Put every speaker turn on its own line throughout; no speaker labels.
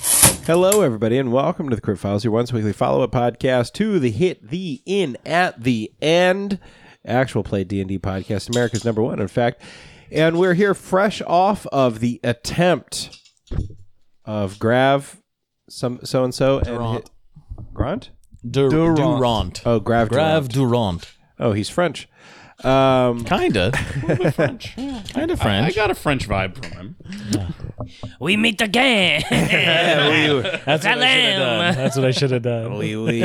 Hello, everybody, and welcome to the Crit Files, your once weekly follow up podcast to the hit, the in at the end actual play D and D podcast, America's number one, in fact. And we're here fresh off of the attempt of Grav, some so and so, and
Durant.
hit- Grant.
Dur-
Durant.
Durant.
Oh, Grav.
Grave
Durant.
Durant.
Oh, he's French. Um,
Kinda. Kinda French.
I got a French vibe from him.
We meet again.
That's what, I should have
Valem.
done. That's what I should have done.
oui, oui,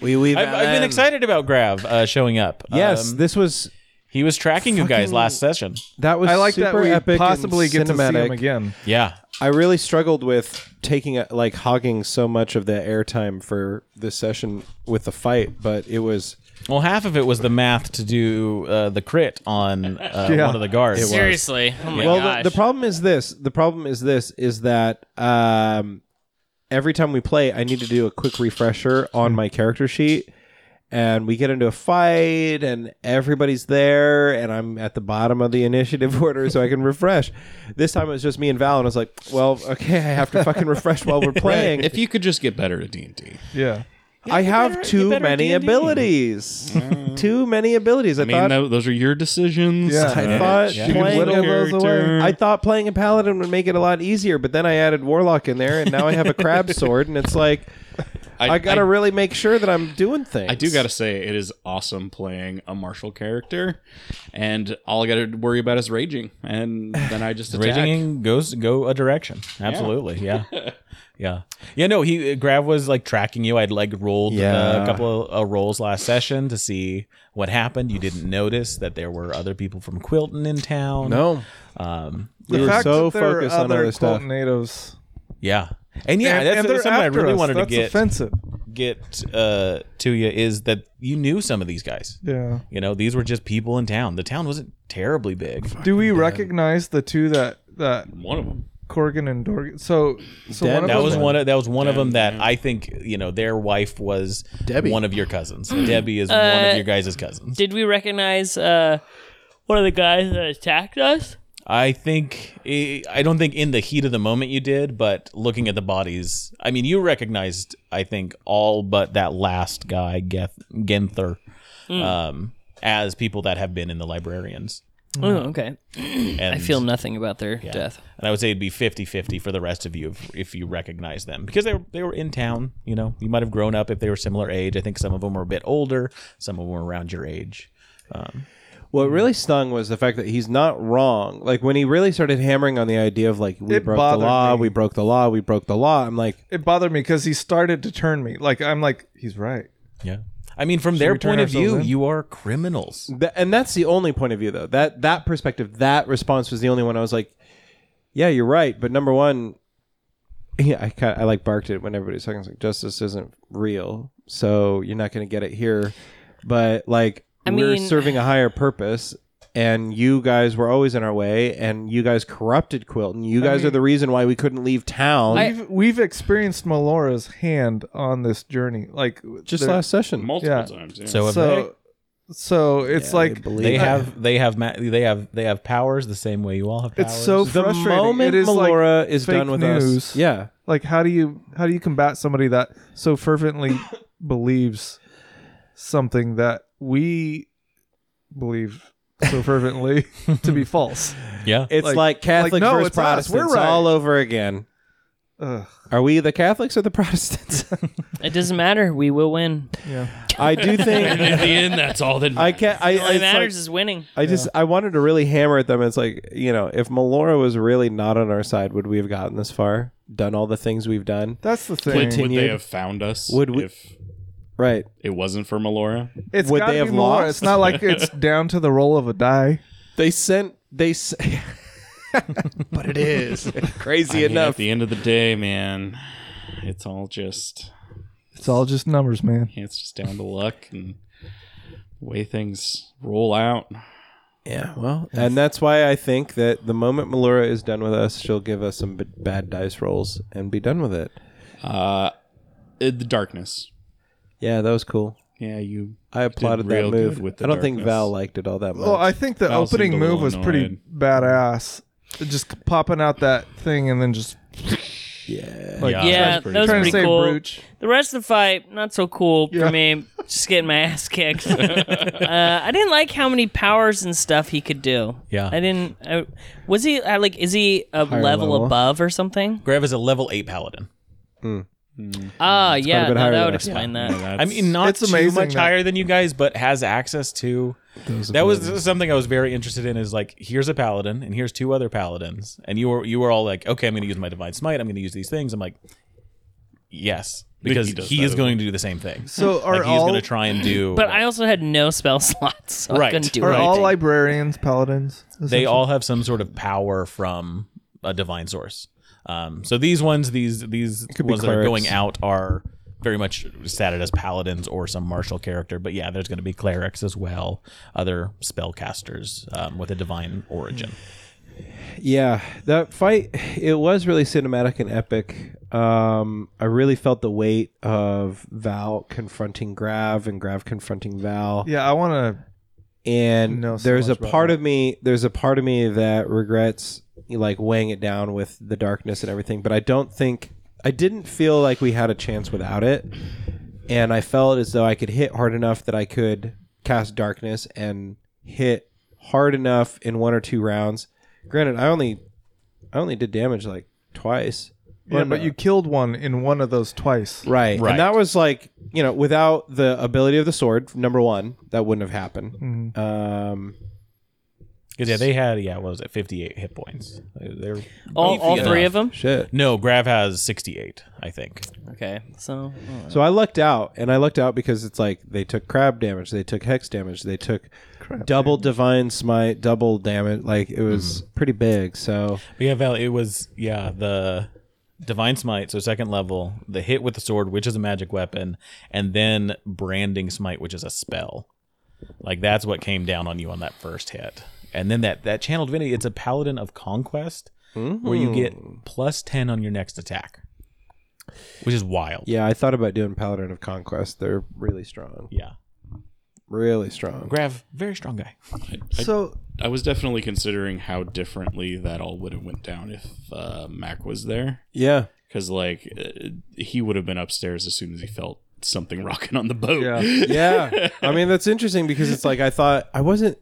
oui, oui,
I've, I've been
Valen.
excited about Grav uh, showing up.
Yes,
Um,
this was
he was tracking you guys last session.
that was
I like
super
that we
epic and
possibly get to see him
cinematic.
again.
Yeah.
I really struggled with taking a, like hogging so much of the airtime for this session with the fight, but it was
Well, half of it was the math to do uh, the crit on uh,
Yeah.
one of the guards.
Seriously. Oh my
well.
gosh.
The, the problem is this. The problem is this is that um, every time we play, I need to do a quick refresher on my character sheet, and we get into a fight, and everybody's there, and I'm at the bottom of the initiative order, so I can refresh. This time it was just me and Val, and I was like, "Well, okay, I have to fucking refresh while we're playing."
If you could just get better at D and D,
Yeah.
I have too
better
many
D&D.
abilities. too many abilities. I,
I mean,
thought.
tho- those are your decisions.
Yeah.
I
Yeah.
thought
You can
playing
whittle
a,
those away.
I thought playing a paladin would make it a lot easier, but then I added warlock in there, and now I have a crab sword, and it's like I, gotta really make sure that I'm doing things.
I do gotta say, it is awesome playing a martial character, and all I gotta worry about is raging, and then I just attack.
Raging goes go a direction. Absolutely. Yeah. Yeah. yeah. no, he Grav was like tracking you. I'd like rolled uh,
Yeah.
a couple of uh, rolls last session to see what happened. You didn't notice that there were other people from Quilton in town.
no.
Um,
We were so focused on other
Quilt
stuff.
natives,
yeah. And yeah, that's,
and, and
that's
they're
something I
after
really
us.
wanted
That's
to get
offensive.
get uh, to you is that you knew some of these guys.
Yeah.
You know, these were just people in town. The town wasn't terribly big.
Do we recognize the two that that
One of them.
Corgan and Dorgan? So, so
Dead-
one of
That
them,
was one. Of, that was one of them that I think you know. Their wife was
Debbie.
one of your cousins. Debbie is one
Uh,
of your guys' cousins.
Did we recognize uh, one of the guys that attacked us?
I think. I I don't think in the heat of the moment you did, but looking at the bodies, I mean, you recognized. I think all but that last guy, Geth, Genther,
Hmm.
um, as people that have been in the librarians.
Oh, okay.
And
I feel nothing about their
Yeah.
death.
And I would say it'd be 50-50 for the rest of you if, if you recognize them because they were they were in town. You know, you might have grown up if they were similar age. I think some of them were a bit older. Some of them were around your age. Um,
What really stung was the fact that he's not wrong. Like when he really started hammering on the idea of like we
It
broke the
bothered
law,
me.
we broke the law, we broke the law. I'm like,
It bothered me because he started to turn me. Like I'm like he's right.
Yeah. I mean, from
we
their
turn
point of view,
ourselves in?
you are criminals.
Th- and that's the only point of view though that that perspective that response was the only one i was like yeah you're right but number one yeah i kind i like barked it when everybody was talking I was like justice isn't real so you're not going to get it here but like
I
we're
mean-
serving a higher purpose and you guys were always in our way and you guys corrupted quilton you guys are the reason why we couldn't leave town
We've we've experienced Melora's hand on this journey. Like
just
there-
last session
Multiple
Yeah.
times.
Mm.
Yeah.
So, if
So, so it's like
believe
they, they
it.
have they have ma- they have they have powers the same way you all have powers.
it's so
the
frustrating.
moment
it is like
Melora is
fake
done with
news.
us yeah
like how do you how do you combat somebody that so fervently believes something that we believe so fervently to be false
yeah.
it's like,
Like-
catholic
like, no,
versus
it's us. We're
protestants
right.
all over again
Ugh.
Are we the Catholics or the Protestants?
It doesn't matter. We will win.
I do think
in the end, that's all that
I can't. I,
All that
it's like-
matters is winning.
I just I wanted to really hammer at them. It's like you know, if Melora was really not on our side, would we have gotten this far? Done all the things we've done,
that's the
would,
thing
would they have found us
Would we-
if
right?
it wasn't for Melora?
it's
would
gotta
they have
be more
lost?
it's not like it's down to the roll of a die
They sent they. S- but it is crazy
I mean, at
enough.
the end of the day, man, it's all just
it's all just numbers man
it's just down to luck and the way things roll out.
yeah, well, and that's why I think that the moment Melora is done with us, she'll give us some b- bad dice rolls and be done with it.
Uh, it, the darkness.
Yeah, that was cool.
Yeah, you.
I applauded that
real
move.
good with the
I don't think
darkness.
Val liked it all that much.
well i think the
Val seemed a
opening
little
move was pretty
annoyed.
badass just popping out that thing and then just
Yeah.
Like,
Yeah.
yeah,
pretty
that
cool.
trying
was
to
pretty
say
cool.
brooch.
The rest of the fight, not so cool
Yeah.
for me. Just getting my ass kicked. uh, I didn't like how many powers and stuff he could do.
Yeah.
I didn't. I, was he uh, like? Is he a
Higher
level,
level.
above or something?
Grav is a level eight paladin.
Ah, yeah,
bit
no,
higher
that
than
would
us.
explain that.
I mean, not
It's
too
amazing
much
that-
higher than you guys, but has access to. That was something I was very interested in. Is like, here's a paladin, and here's two other paladins, and you were you were all like, okay, I'm going to use my divine smite. I'm going to use these things. I'm like, yes, because
does
he
that
is
as
going to do the same thing.
So are
like he's
all
going to try and do.
But I also had no spell slots, so I
Right.
couldn't do
are
anything.
all librarians paladins?
they all have some sort of power from a divine source. Um, so these ones, these these
be
ones that are
clerics.
going out are very much stated as paladins or some martial character. But yeah, there's going to be clerics as well, other spellcasters um, with a divine origin.
Yeah, that fight it was really cinematic and epic. Um, I really felt the weight of Val confronting Grav and Grav confronting Val.
Yeah, I want to.
And
Know so
there's a
much about
part
that.
of me, there's a part of me that regrets like weighing it down with the darkness and everything. But I don't think I didn't feel like we had a chance without it. And I felt as though I could hit hard enough that I could cast darkness and hit hard enough in one or two rounds. Granted, I only I only did damage like twice.
Yeah,
Well,
but
no.
you killed one in one of those twice.
right.
Right.
And that was like, you know, without the ability of the sword, number one, that wouldn't have happened.
Mm-hmm.
Um,
Because yeah, they had yeah, what was it, 58 hit points? They're
all,
beefy
all three
enough.
of them?
shit.
No, Grav has 68, I think.
Okay, so
So I lucked out, and I lucked out because it's like they took crab damage, they took hex damage, they took double divine smite, double damage. Like it was pretty big. So
But yeah, Val, it was yeah the divine smite, so second level, the hit with the sword, which is a magic weapon, and then branding smite, which is a spell. Like that's what came down on you on that first hit, and then that that channel divinity. It's a paladin of conquest where you get plus ten on your next attack, which is wild.
yeah, I thought about doing Paladin of Conquest. They're really strong,
yeah.
really strong.
Grav, very strong guy.
So
I was definitely considering how differently that all would have went down if uh, Mac was there,
Yeah,
because like uh, he would have been upstairs as soon as he felt something rocking on the boat.
Yeah.
yeah i mean that's interesting because it's like i thought i wasn't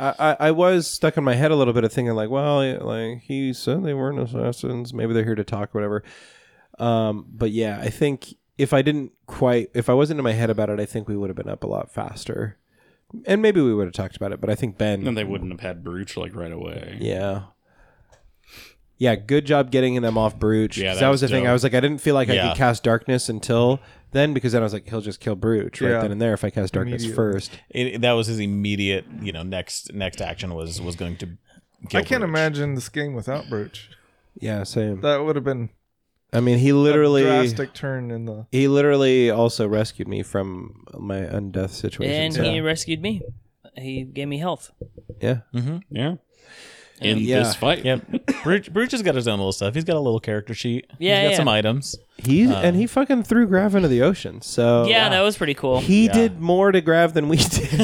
I, I i was stuck in my head a little bit of thinking like well like he said they weren't assassins maybe they're here to talk or whatever um but yeah i think if i didn't quite if i wasn't in my head about it i think we would have been up a lot faster and maybe we would have talked about it but i think ben
And they wouldn't have had Brooch like right away.
yeah yeah, good job getting them off Brooch.
Yeah,
'cause
that
that, was,
was
the thing.
dope.
I was like, I didn't feel like I
Yeah.
could cast darkness until then, because then I was like, he'll just kill Brooch right
Yeah.
then and there if I cast darkness
Immediately.
first.
It, that was his immediate, you know, next next action was was going to. Kill
I
Brooch.
can't imagine this game without brooch.
Yeah, same.
That would have been
I mean, he
a
literally
drastic turn in the.
he literally also rescued me from my undeath situation.
and
so-
he rescued me. He gave me health.
yeah,
Mm-hmm.
Yeah. In
Yeah.
this fight.
Yeah, Brooch, Brooch has got his own little stuff. He's got a little character sheet.
Yeah,
he's got
yeah.
some items.
he and he fucking threw Grav into the ocean. So
Uh, yeah, that was pretty cool.
he did more to Grav than we did.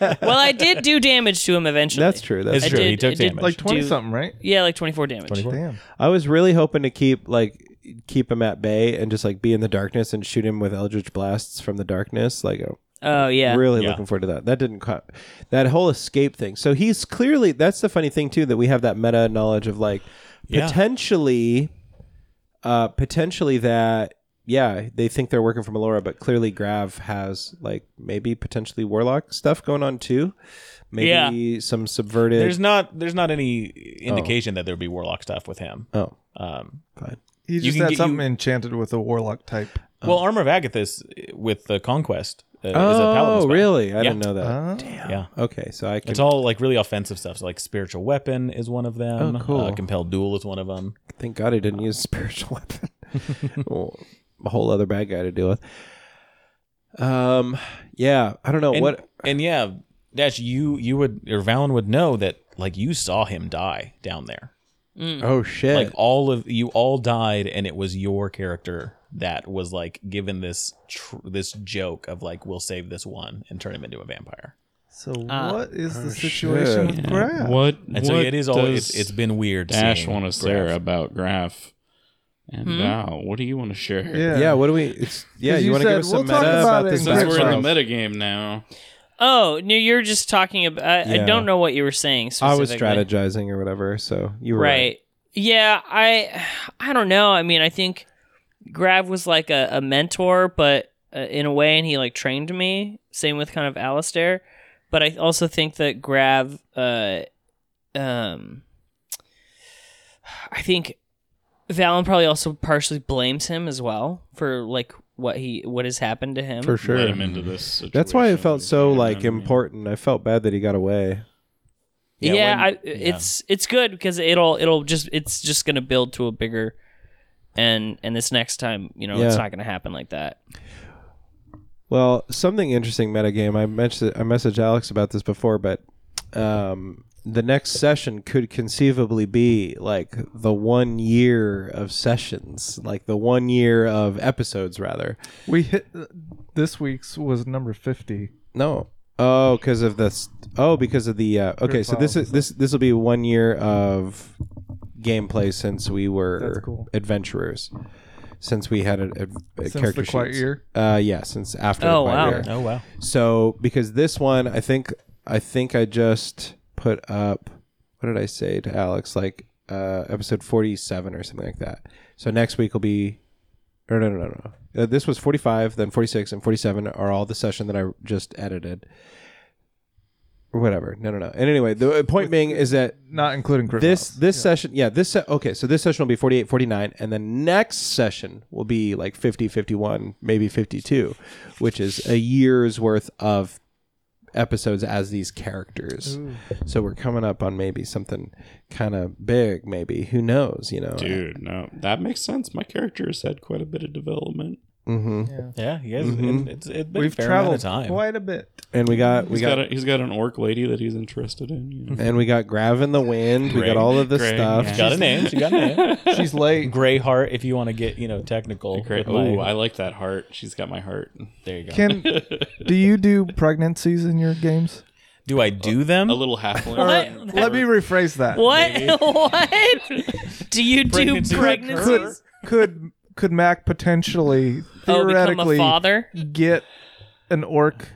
well, I did do damage to him eventually.
That's true. That's
It's
true.
true.
did-
he took
it did-
damage.
Like 20
Dude.
something, right?
Yeah, like 24 damage.
Damn.
I was really hoping to keep like keep him at bay and just like be in the darkness and shoot him with eldritch blasts from the darkness. Like, oh,
Oh, yeah.
really
Yeah.
looking forward to that. That didn't cut that whole escape thing. So he's clearly that's the funny thing too that we have that meta knowledge of like
Yeah.
potentially, uh, potentially that yeah they think they're working for Melora, but clearly Grav has like maybe potentially warlock stuff going on too. Maybe some subverted.
There's not there's not any indication that there would be warlock stuff with him.
oh,
Um,
fine.
He just
can
had
get-
something
you-
enchanted with a warlock type.
Oh.
well, armor of Agathis uh, with the conquest uh, is a paladin.
Oh,
spell.
really? I
Yeah. Uh.
didn't know that.
Uh,
Yeah,
Okay, so I can
it's all like really offensive stuff. So, like spiritual weapon is one of them.
Oh, cool.
Uh, compelled duel is one of them.
Thank God he didn't use spiritual weapon. Oh, a whole other bad guy to deal with. Um, yeah, I don't know
And,
what.
And yeah, Dash, you you would or Valen would know that like you saw him die down there.
Oh shit!
Like all of you all died, and it was your character that was like given this tr- this joke of like we'll save this one and turn him into a vampire.
So
Uh,
Ah.
what is
oh,
the situation with Grab?
What?
And so
what
it is
does
always it's, it's been weird.
Dash
seeing
want to
Graf.
say about Graf? And
Hmm?
wow, what do you want to share?
Yeah. what do we? It's, yeah,
'Cause
you,
you
want to give
said,
us some
"We'll
meta
talk
about,
about it
this?
in
Since
next
we're in
one?
the metagame now,
Oh, no, you're just talking about. I,
Yeah.
I don't know what you were saying.
I was
specifically.
strategizing or whatever, so you were
right.
right.
Yeah, I I don't know. I mean, I think Grav was like a, a mentor, but uh, in a way, and he like trained me. Same with kind of Alistair. But I also think that Grav, uh, um, I think Valen probably also partially blames him as well for like what he what has happened to him.
for
let
sure.
him into this. Situation
That's why it
that
felt
he's
so
in,
like
I mean.
important. I felt bad that he got away.
yeah, I,
when-
it's it's good because it'll it'll just it's just gonna build to a bigger and and this next time you know it's
Yeah.
not gonna happen like that
Well, something interesting metagame. I mentioned I messaged Alex about this before, but um, the next session could conceivably be like the one year of sessions, like the one year of episodes, rather.
We hit uh, this week's was number fifty.
No. Oh, because of this. Oh, because of the. Uh, okay, so this is this this will be one year of gameplay since we were
That's cool.
adventurers, since we had a, a, a
Since
character
the quiet
sheets.
year.
Uh, yeah, since after.
Oh,
the quiet
wow.
Year.
Oh wow.
So because this one, I think I think I just put up. What did I say to Alex? Like uh, episode forty-seven or something like that. So next week will be. Or no no no no. Uh, this was forty-five, then forty-six, and forty-seven are all the session that I just edited. Or whatever. No no no. And anyway, the uh, point being is that
Not including Chris.
this this session yeah this se- okay so this session will be 48 49 and the next session will be like 50 51 maybe 52 which is a year's worth of episodes as these characters so we're coming up on maybe something kind of big maybe who knows you know
Dude, no, that makes sense. My character has had quite a bit of development.
hmm
Yeah, you guys.
Mhm.
It, it's, it's been a
We've
fair amount of
traveled
time.
quite a bit.
and we got we
He's got,
got,
a, he's got an orc lady that he's interested in. You know?
and we got grav in the wind we
Greg-
got all of this
Greg,
stuff
yeah.
Got a name. You got a name.
She's late.
Greyheart, if you want to get you know technical.
Great.
with my-
Oh, I like that heart. She's got my heart.
there you go.
Can do you do pregnancies in your games?
Do I do them?
A little halfling.
What?
Let me rephrase that.
what what do you do
Pregnancy
Could
pregnancies
could could Mac potentially
oh become a
theoretically
father
get an orc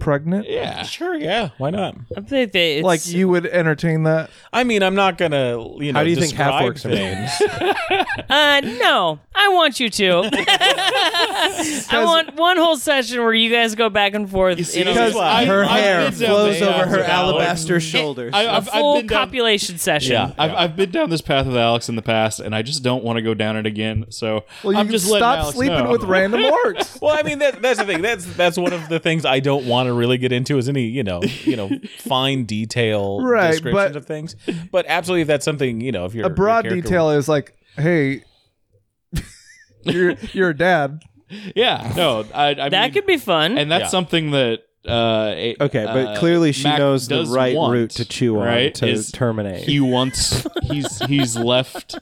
pregnant?
Yeah.
Sure, yeah. Why not?
I think that it's,
Like you would entertain that?
I mean, I'm not gonna. You know,
how do you think half
describe
orcs are
things.
named
uh no i want you to i want one whole session where you guys go back and forth
see,
in a,
because I-
her
I've
hair
been down
flows
there.
over her
Yeah.
alabaster shoulders
I,
a
I've, I've
full
been down,
copulation session
Yeah.
I've, I've been down this path with Alex in the past, and I just don't want to go down it again. So
Well, you
I'm
can
just letting
stop
Alex
sleeping
know.
with random orcs.
Well, I mean, that, that's the thing. That's that's one of the things I don't want to really get into is any you know you know fine detail
Right,
descriptions
but-
of things. But absolutely, if that's something you know, if you're
A broad detail is like, hey, you're you're a dad.
Yeah. No. I, I
that
mean,
could be fun
and that's
Yeah.
something that. Uh, it-
Okay, but
uh,
clearly she
Mac
knows the
does
right
want,
route to chew on
right,
to
is
terminate.
He wants he's he's left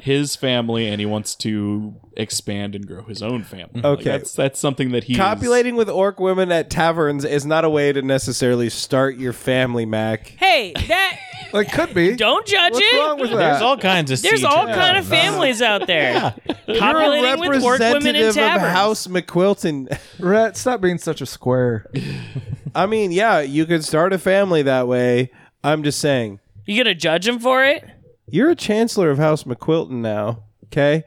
his family and he wants to expand and grow his own family. Like,
Okay.
that's that's something that he
Copulating with orc women at taverns is not a way to necessarily start your family, Mac.
hey that
Like could be.
don't judge
What's
it
wrong with
There's
that?
all kinds of
There's
siege
all
and-
kind of families out there populating with work women in
Representative of
taverns.
House McQuilton.
Rhett, stop being such a square.
I mean, yeah, you could start a family that way. I'm just saying,
You gonna judge him for it?
you're a chancellor of House McQuilton now, okay?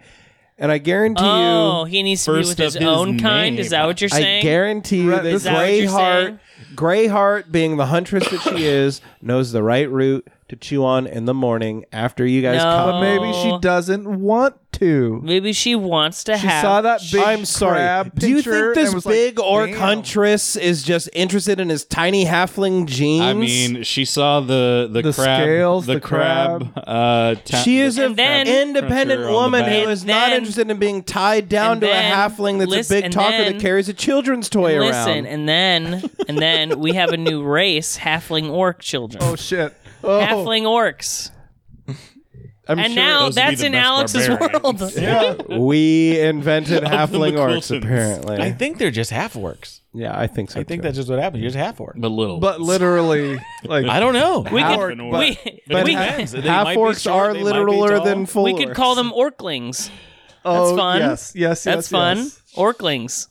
And I guarantee
oh,
you,
he needs to be
First
with his
of his
own kind. Is
name.
that what you're
I
saying?
guarantee you
Right,
that
this is what
you're
Greyheart,
saying.
Greyheart, being the huntress that she is, knows the right route to chew on in the morning after you guys
No.
come.
But maybe she
Oh.
doesn't want to.
Maybe she wants to
She
have.
saw that big
I'm sorry.
crab
Do you
picture
think
and
this
was like,
big orc
"Damn."
huntress is just interested in his tiny halfling jeans?
I mean, she saw the the,
The
crab,
scales,
the,
the
crab. Uh, ta-
she is an
And then-
independent
Cruncher on the
woman
back.
who is not
then-
interested in being tied down
and
to
then-
a halfling that's
listen-
a big
and
talker
then-
that carries a children's toy
Listen,
around.
and then and then we have a new race: halfling orc children,
Oh shit. Oh.
halfling orcs,
I'm
and
sure
now
those would be
that's
the
in
best
Alex's
barbarians.
world.
we invented halfling orcs,
McQuiltons.
apparently.
I think they're just half orcs.
yeah, I think so.
I think
too.
that's just what happened. You're just half orc.
a little,
But literally, like
I don't know.
We
Half
could,
orc,
we,
but-
we,
depends. They
half
might be
orcs
short,
are
they might be
littler
tall.
than full.
we could call
orcs.
them orclings.
Oh,
fun.
Yes, yes,
That's
yes,
fun.
yes.
Orklings.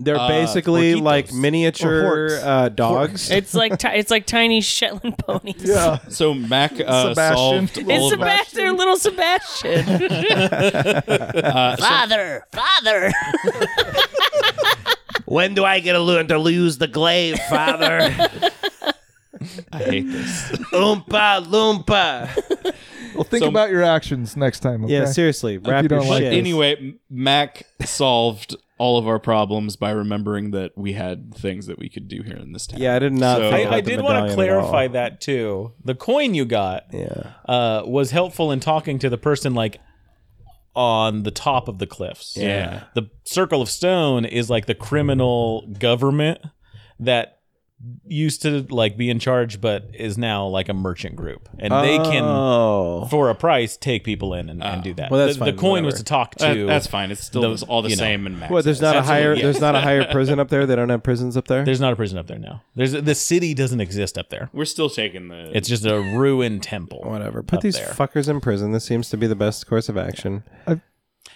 They're
Uh,
basically
porquitos.
like miniature
Or horks.
uh, dogs.
It's like ti- it's like tiny Shetland ponies.
Yeah.
So Mac uh,
Sebastian.
solved
It's
all
It's
of
Seba-
Sebastian, little Sebastian.
uh, so-
father, father.
When do I get a learn to lose the glaive, Father?
I hate this.
Oompa Loompa.
Well, think
So-
about your actions next time. Okay?
Yeah, seriously, wrap
you
your
don't like
shit.
Yes. it.
Anyway, M- Mac solved all of our problems by remembering that we had things that we could do here in this town.
yeah, I did not.
So-
think
I,
about
I
the
did want
medallion
to
at
clarify
all.
that too. The coin you got
Yeah,
uh, was helpful in talking to the person like on the top of the cliffs.
Yeah.
The circle of stone is like the criminal government that used to like be in charge but is now like a merchant group and they can
Oh, Ah.
for a price take people in and, and do that
Well, that's
the, the
fine,
coin was
whatever.
to talk to
That- that's fine. It's still
Those-
all the
you know.
same. And Mac
well, there's not a
Absolutely,
higher.
yeah.
There's not a higher prison up there. They don't have prisons up there.
there's not a prison up there now there's the city doesn't exist up there
We're still taking the.
it's just a ruined temple
Whatever. Put
up
these
there.
fuckers in prison. This seems to be the best course of action.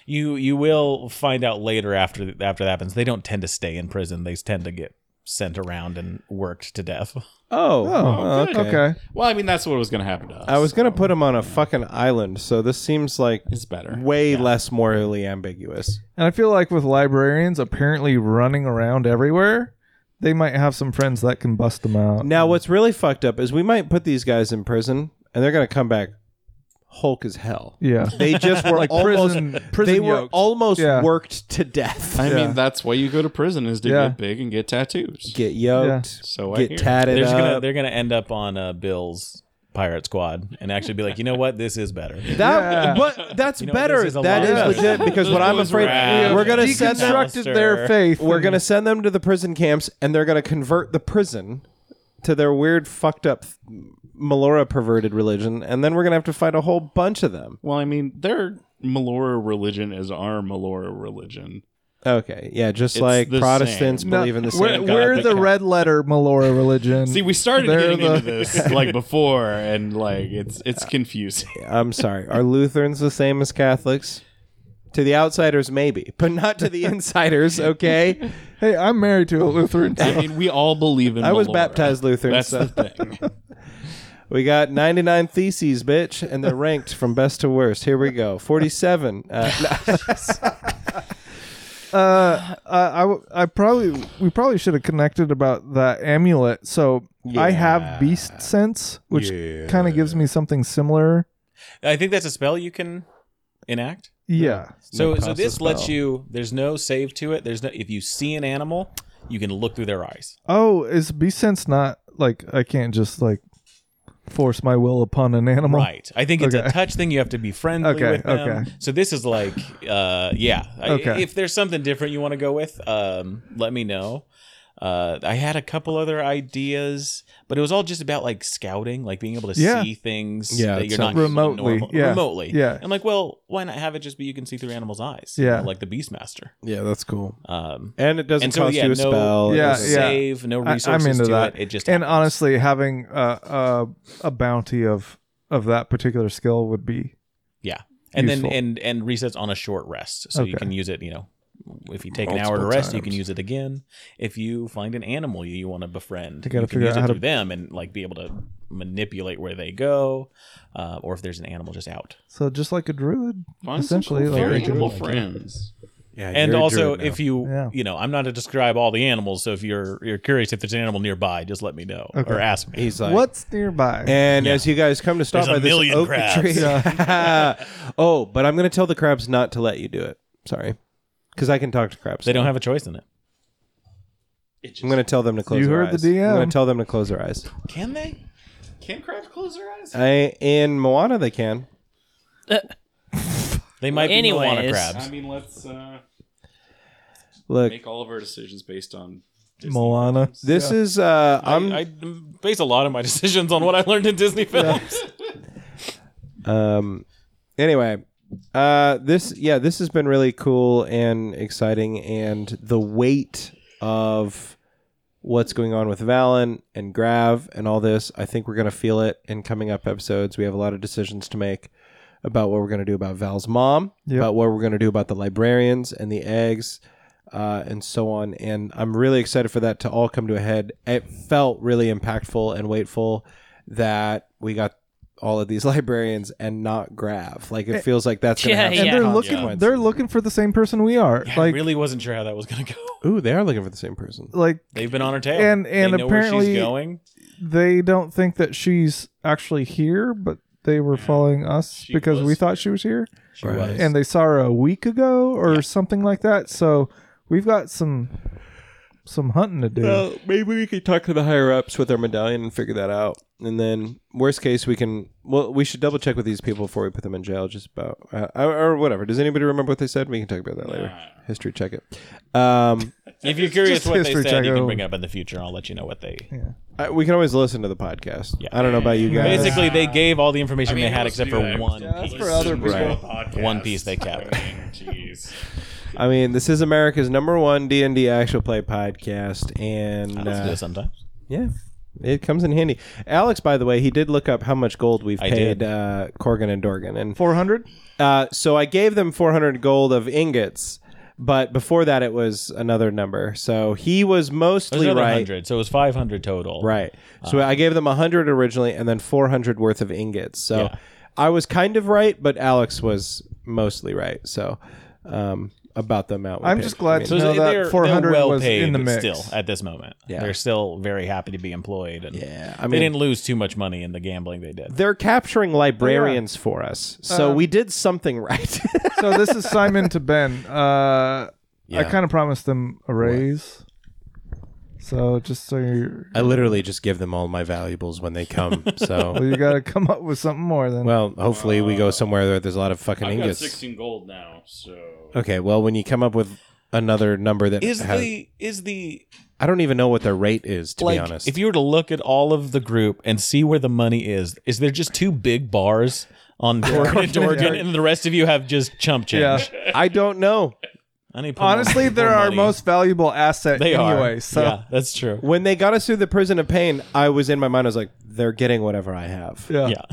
You you will find out later after after that happens. They don't tend to stay in prison. They tend to get sent around and worked to death.
Oh,
Oh,
okay.
okay.
well, I mean, that's what was going to happen to us.
I was gonna put him on a fucking island, so this seems like
It's better.
way less morally ambiguous.
And I feel like with librarians apparently running around everywhere, they might have some friends that can bust them out.
Now, what's really fucked up is we might put these guys in prison, and they're gonna come back Hulk as hell.
Yeah.
They just were
Like
almost.
prison, prison
they were
yoked.
almost
Yeah.
worked to death.
I
Yeah.
mean, that's why you go to prison is to
Yeah.
get big and get tattoos.
get yoked.
So I
Get
hear.
tatted
They're just
up.
gonna they're gonna end up on uh, Bill's pirate squad and actually be like, you know what, this is better.
that
Yeah.
what? That's
You know what,
better.
this is a
that
lot
is
better.
legit because what
Those
I'm
boys
afraid
rap.
we're gonna send them.
deconstructed their faith.
We're gonna send them to the prison camps, and they're gonna convert the prison to their weird, fucked up, Melora perverted religion, and then we're gonna have to fight a whole bunch of them.
Well, I mean, their Melora religion is our Melora religion.
Okay, yeah, just
It's
like
the
Protestants
same.
No,
believe in the same
we're,
God.
we're
that
the
ca-
red letter Melora religion.
See, we started
They're
getting
the-
into this like before, and like it's it's confusing.
I'm sorry. Are Lutherans the same as Catholics? To the outsiders, maybe, but not to the insiders. Okay,
hey, I'm married to a Lutheran.
I mean, we all believe in.
I was
Melora.
baptized Lutheran.
That's
so.
the thing.
We got 99 theses, bitch, and they're ranked from best to worst. Here we go. 47. Uh, no.
uh, I, I w- I probably we probably should have connected about that amulet. So I have beast sense, which kind of gives me something similar.
I think that's a spell you can enact.
Yeah,
So
No,
so
pass
this
the
lets
spell.
you. There's no save to it. There's no if you see an animal, you can look through their eyes.
Oh, is beast sense not like I can't just like force my will upon an animal?
Right. I think it's a
Oh. Okay.
touch thing. You have to be friendly
Okay,
with them.
okay.
So this is like, uh, yeah. I-
Okay.
If there's something different you want to go with, um, let me know. Uh, I had a couple other ideas, but it was all just about like scouting, like being able to
Yeah.
see things
Yeah,
that
it
you're not
sounds-
usually
Remotely,
normal-
yeah,
remotely.
yeah.
I'm like, well, why not have it just be you can see through animals' eyes?
Yeah.
like the Beastmaster.
yeah, that's cool.
Um,
And it doesn't
And so,
cost
yeah,
you a
no-
spell.
Yeah,
It's-
yeah.
save, no
I,
resources
I'm into
to
that.
it. It just
and
happens.
honestly, having uh, uh, a bounty of of that particular skill would be
Yeah. And
Useful.
then and and resets on a short rest. So you
Okay.
can use it, you know, if you take an hour
Multiple
to rest, you can
times.
use it again. If you find an animal you, you want to befriend,
You
you
gotta
can
figure
use
out
it
how to-
through them and like be able to manipulate where they go, uh, or if there's an animal just out.
so just like a druid.
Find some
Essentially,
cool
like-
variable friends.
and also, if you
Yeah.
you know, I'm not to describe all the animals. So if you're you're curious if there's an animal nearby, just let me know or ask me.
He's like,
What's nearby?
And as you guys come to stop
There's a
by this
million
oak
crabs.
tree. oh, but I'm going to tell the crabs not to let you do it. Sorry. Because I can talk to crabs.
they don't have a choice in it.
I'm going to tell them to close
You
their
heard the
eyes. I'm
DM.
going to tell them to close their eyes.
Can they?
Can crabs close their eyes?
I, in Moana, they can.
They might be Moana
Anyways.
crabs.
I mean, let's uh,
Look,
make all of our decisions based on Disney
Moana.
films.
this is. Uh, I'm,
I, I base a lot of my decisions on what I learned in Disney films.
Um, anyway, uh, this yeah, this has been really cool and exciting, and the weight of what's going on with Valen and Grav and all this, I think we're gonna feel it in coming up episodes. We have a lot of decisions to make. about what we're going to do about Val's mom,
Yep.
about what we're going to do about the librarians and the eggs, uh, and so on. And I'm really excited for that to all come to a head. It felt really impactful and waitful that we got all of these librarians and not Grav. Like it feels like that's going to
Yeah,
have
Eh, and
some
they're looking
consequences.
they're looking for the same person we are.
Yeah,
like
I really wasn't sure how that was going to go.
Ooh, they are looking for the same person.
like
They've been on her tail,
And-
They
and
know where
apparently-
she's going.
they don't think that she's actually here, but they were following us
She
because we
was
thought she was here.
She
Right.
was.
And they saw her a week ago or something like that. So we've got some some hunting to do.
Well, maybe we could talk to the higher ups with our medallion and figure that out. And then, worst case, we can. Well, we should double check with these people before we put them in jail. Just about uh, or whatever. Does anybody remember what they said? We can talk about that later. History check it. Um,
if you're curious
just
what they
history
said,
check
you
over.
can bring it up in the future. I'll let you know what they.
I, we can always listen to the podcast.
Yeah.
I don't know about you guys.
Basically, they gave all the
I
information
mean,
they had
let's
except
do
for
that.
one
Yeah,
piece.
for other people.
Right.
One piece they kept.
I mean, Jeez.
I mean, this is America's number one D and D actual play podcast,
I
and
listen to
uh,
it sometimes.
yeah. It comes in handy. Alex, by the way, he did look up how much gold we've
I
paid
did.
uh, Corgan and Dorgan, and
Four hundred?
Uh, so I gave them 400 gold of ingots, but before that it was another number. So he was
It was
mostly
another Uh-huh.
right.
100, so it was 500 total.
Right. So I gave them 100 originally and then 400 worth of ingots. So
Yeah.
I was kind of right, but Alex was mostly right. So um, about the amount. we
I'm
paid.
just glad
I mean,
So
No,
they're-
that
they're,
400
they're well
was
paid
in the mix.
still at this moment.
Yeah.
They're still very happy to be employed. And
yeah. I
they
mean,
didn't lose too much money in the gambling they did.
they're
Oh,
capturing librarians for us. So
Um,
we did something right.
so this is Simon to Ben. Uh I
Yeah.
kinda promised them a raise. So just so you're
I literally just give them all my valuables when they come.
well,
So,
you gotta come up with something more than
well, hopefully we go somewhere where there's a lot of fucking
Uh, I've got
ingots.
16 gold now, so
Okay, well, when you come up with another number that
Is
has,
the is the
I don't even know what the rate is to
like
be honest.
if you were to look at all of the group and see where the money is, is there just two big bars on Corgan and Dorgan, and the rest of you have just chump
Yeah.
change?
I don't know.
I need to put more-
Honestly,
more
they're our
money.
most valuable asset
they are
anyway. So
yeah, that's true.
When they got us through the prison of pain, I was in my mind. I was like, they're getting whatever I have.
yeah.
Yeah,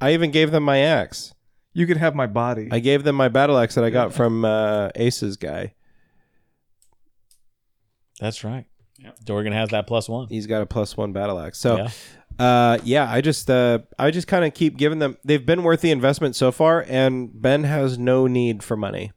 I even gave them my axe.
You can have my body.
I gave them my battle axe that I got from uh, Ace's guy.
that's right.
Yep.
Dorgan has that plus one.
He's got a plus one battle axe. So,
Yeah.
Uh, yeah, I just uh, I just kind of keep giving them. They've been worth the investment so far, and Ben has no need for money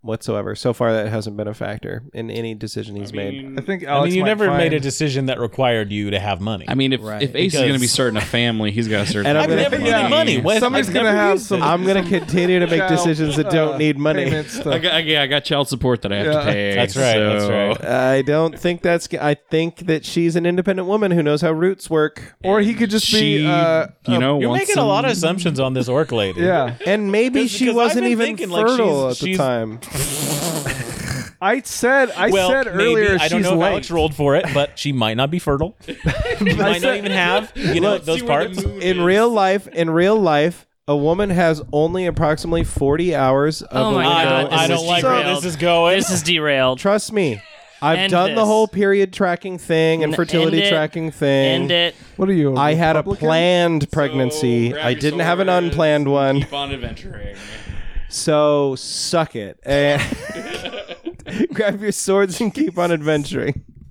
whatsoever. So far, that hasn't been a factor in any decision he's
I
made.
mean,
I think
I
Alex.
mean, you
might
never
find-
made a decision that required you to have money.
I mean, if
Right.
if Ace is
Because-
going to be starting a family, he's got to start.
And I'm
I've
gonna-
never needed money. When-
Somebody's
I've
gonna
never
have
used
some-
it.
I'm going to continue to make
Child,
decisions that don't
uh,
need money.
payments
I
to-
got, I, yeah, I got child support that I have
Yeah.
to pay.
That's right, that's
so-
right.
I don't think that's. g- I think that she's an independent woman who knows how roots work,
or he could just
She,
be. Uh,
you know,
You're
wants
making a
some-
lot of assumptions on this orc lady.
yeah,
and maybe
'Cause-
she
'cause I've
wasn't
been
even
thinking, like,
fertile
she's-
at the
she's-
time.
I said. I
Well,
said
maybe,
earlier.
I don't
she's
know if
late.
Alex rolled for it, but she might not be fertile. she might not even have you know those parts.
In real life, in real life, a woman has only approximately 40 hours of
Oh
a
my
window
I
God,
don't,
in
I
which
don't like
to-
where
derailed.
this is going.
This is derailed.
Trust me, I've
End
done the
this.
whole period tracking thing and
N-
fertility
end it.
tracking thing.
End it.
What are you? I
I had a planned pregnancy. I didn't have an unplanned one.
Keep on adventuring.
So suck it. And grab your swords and keep on adventuring.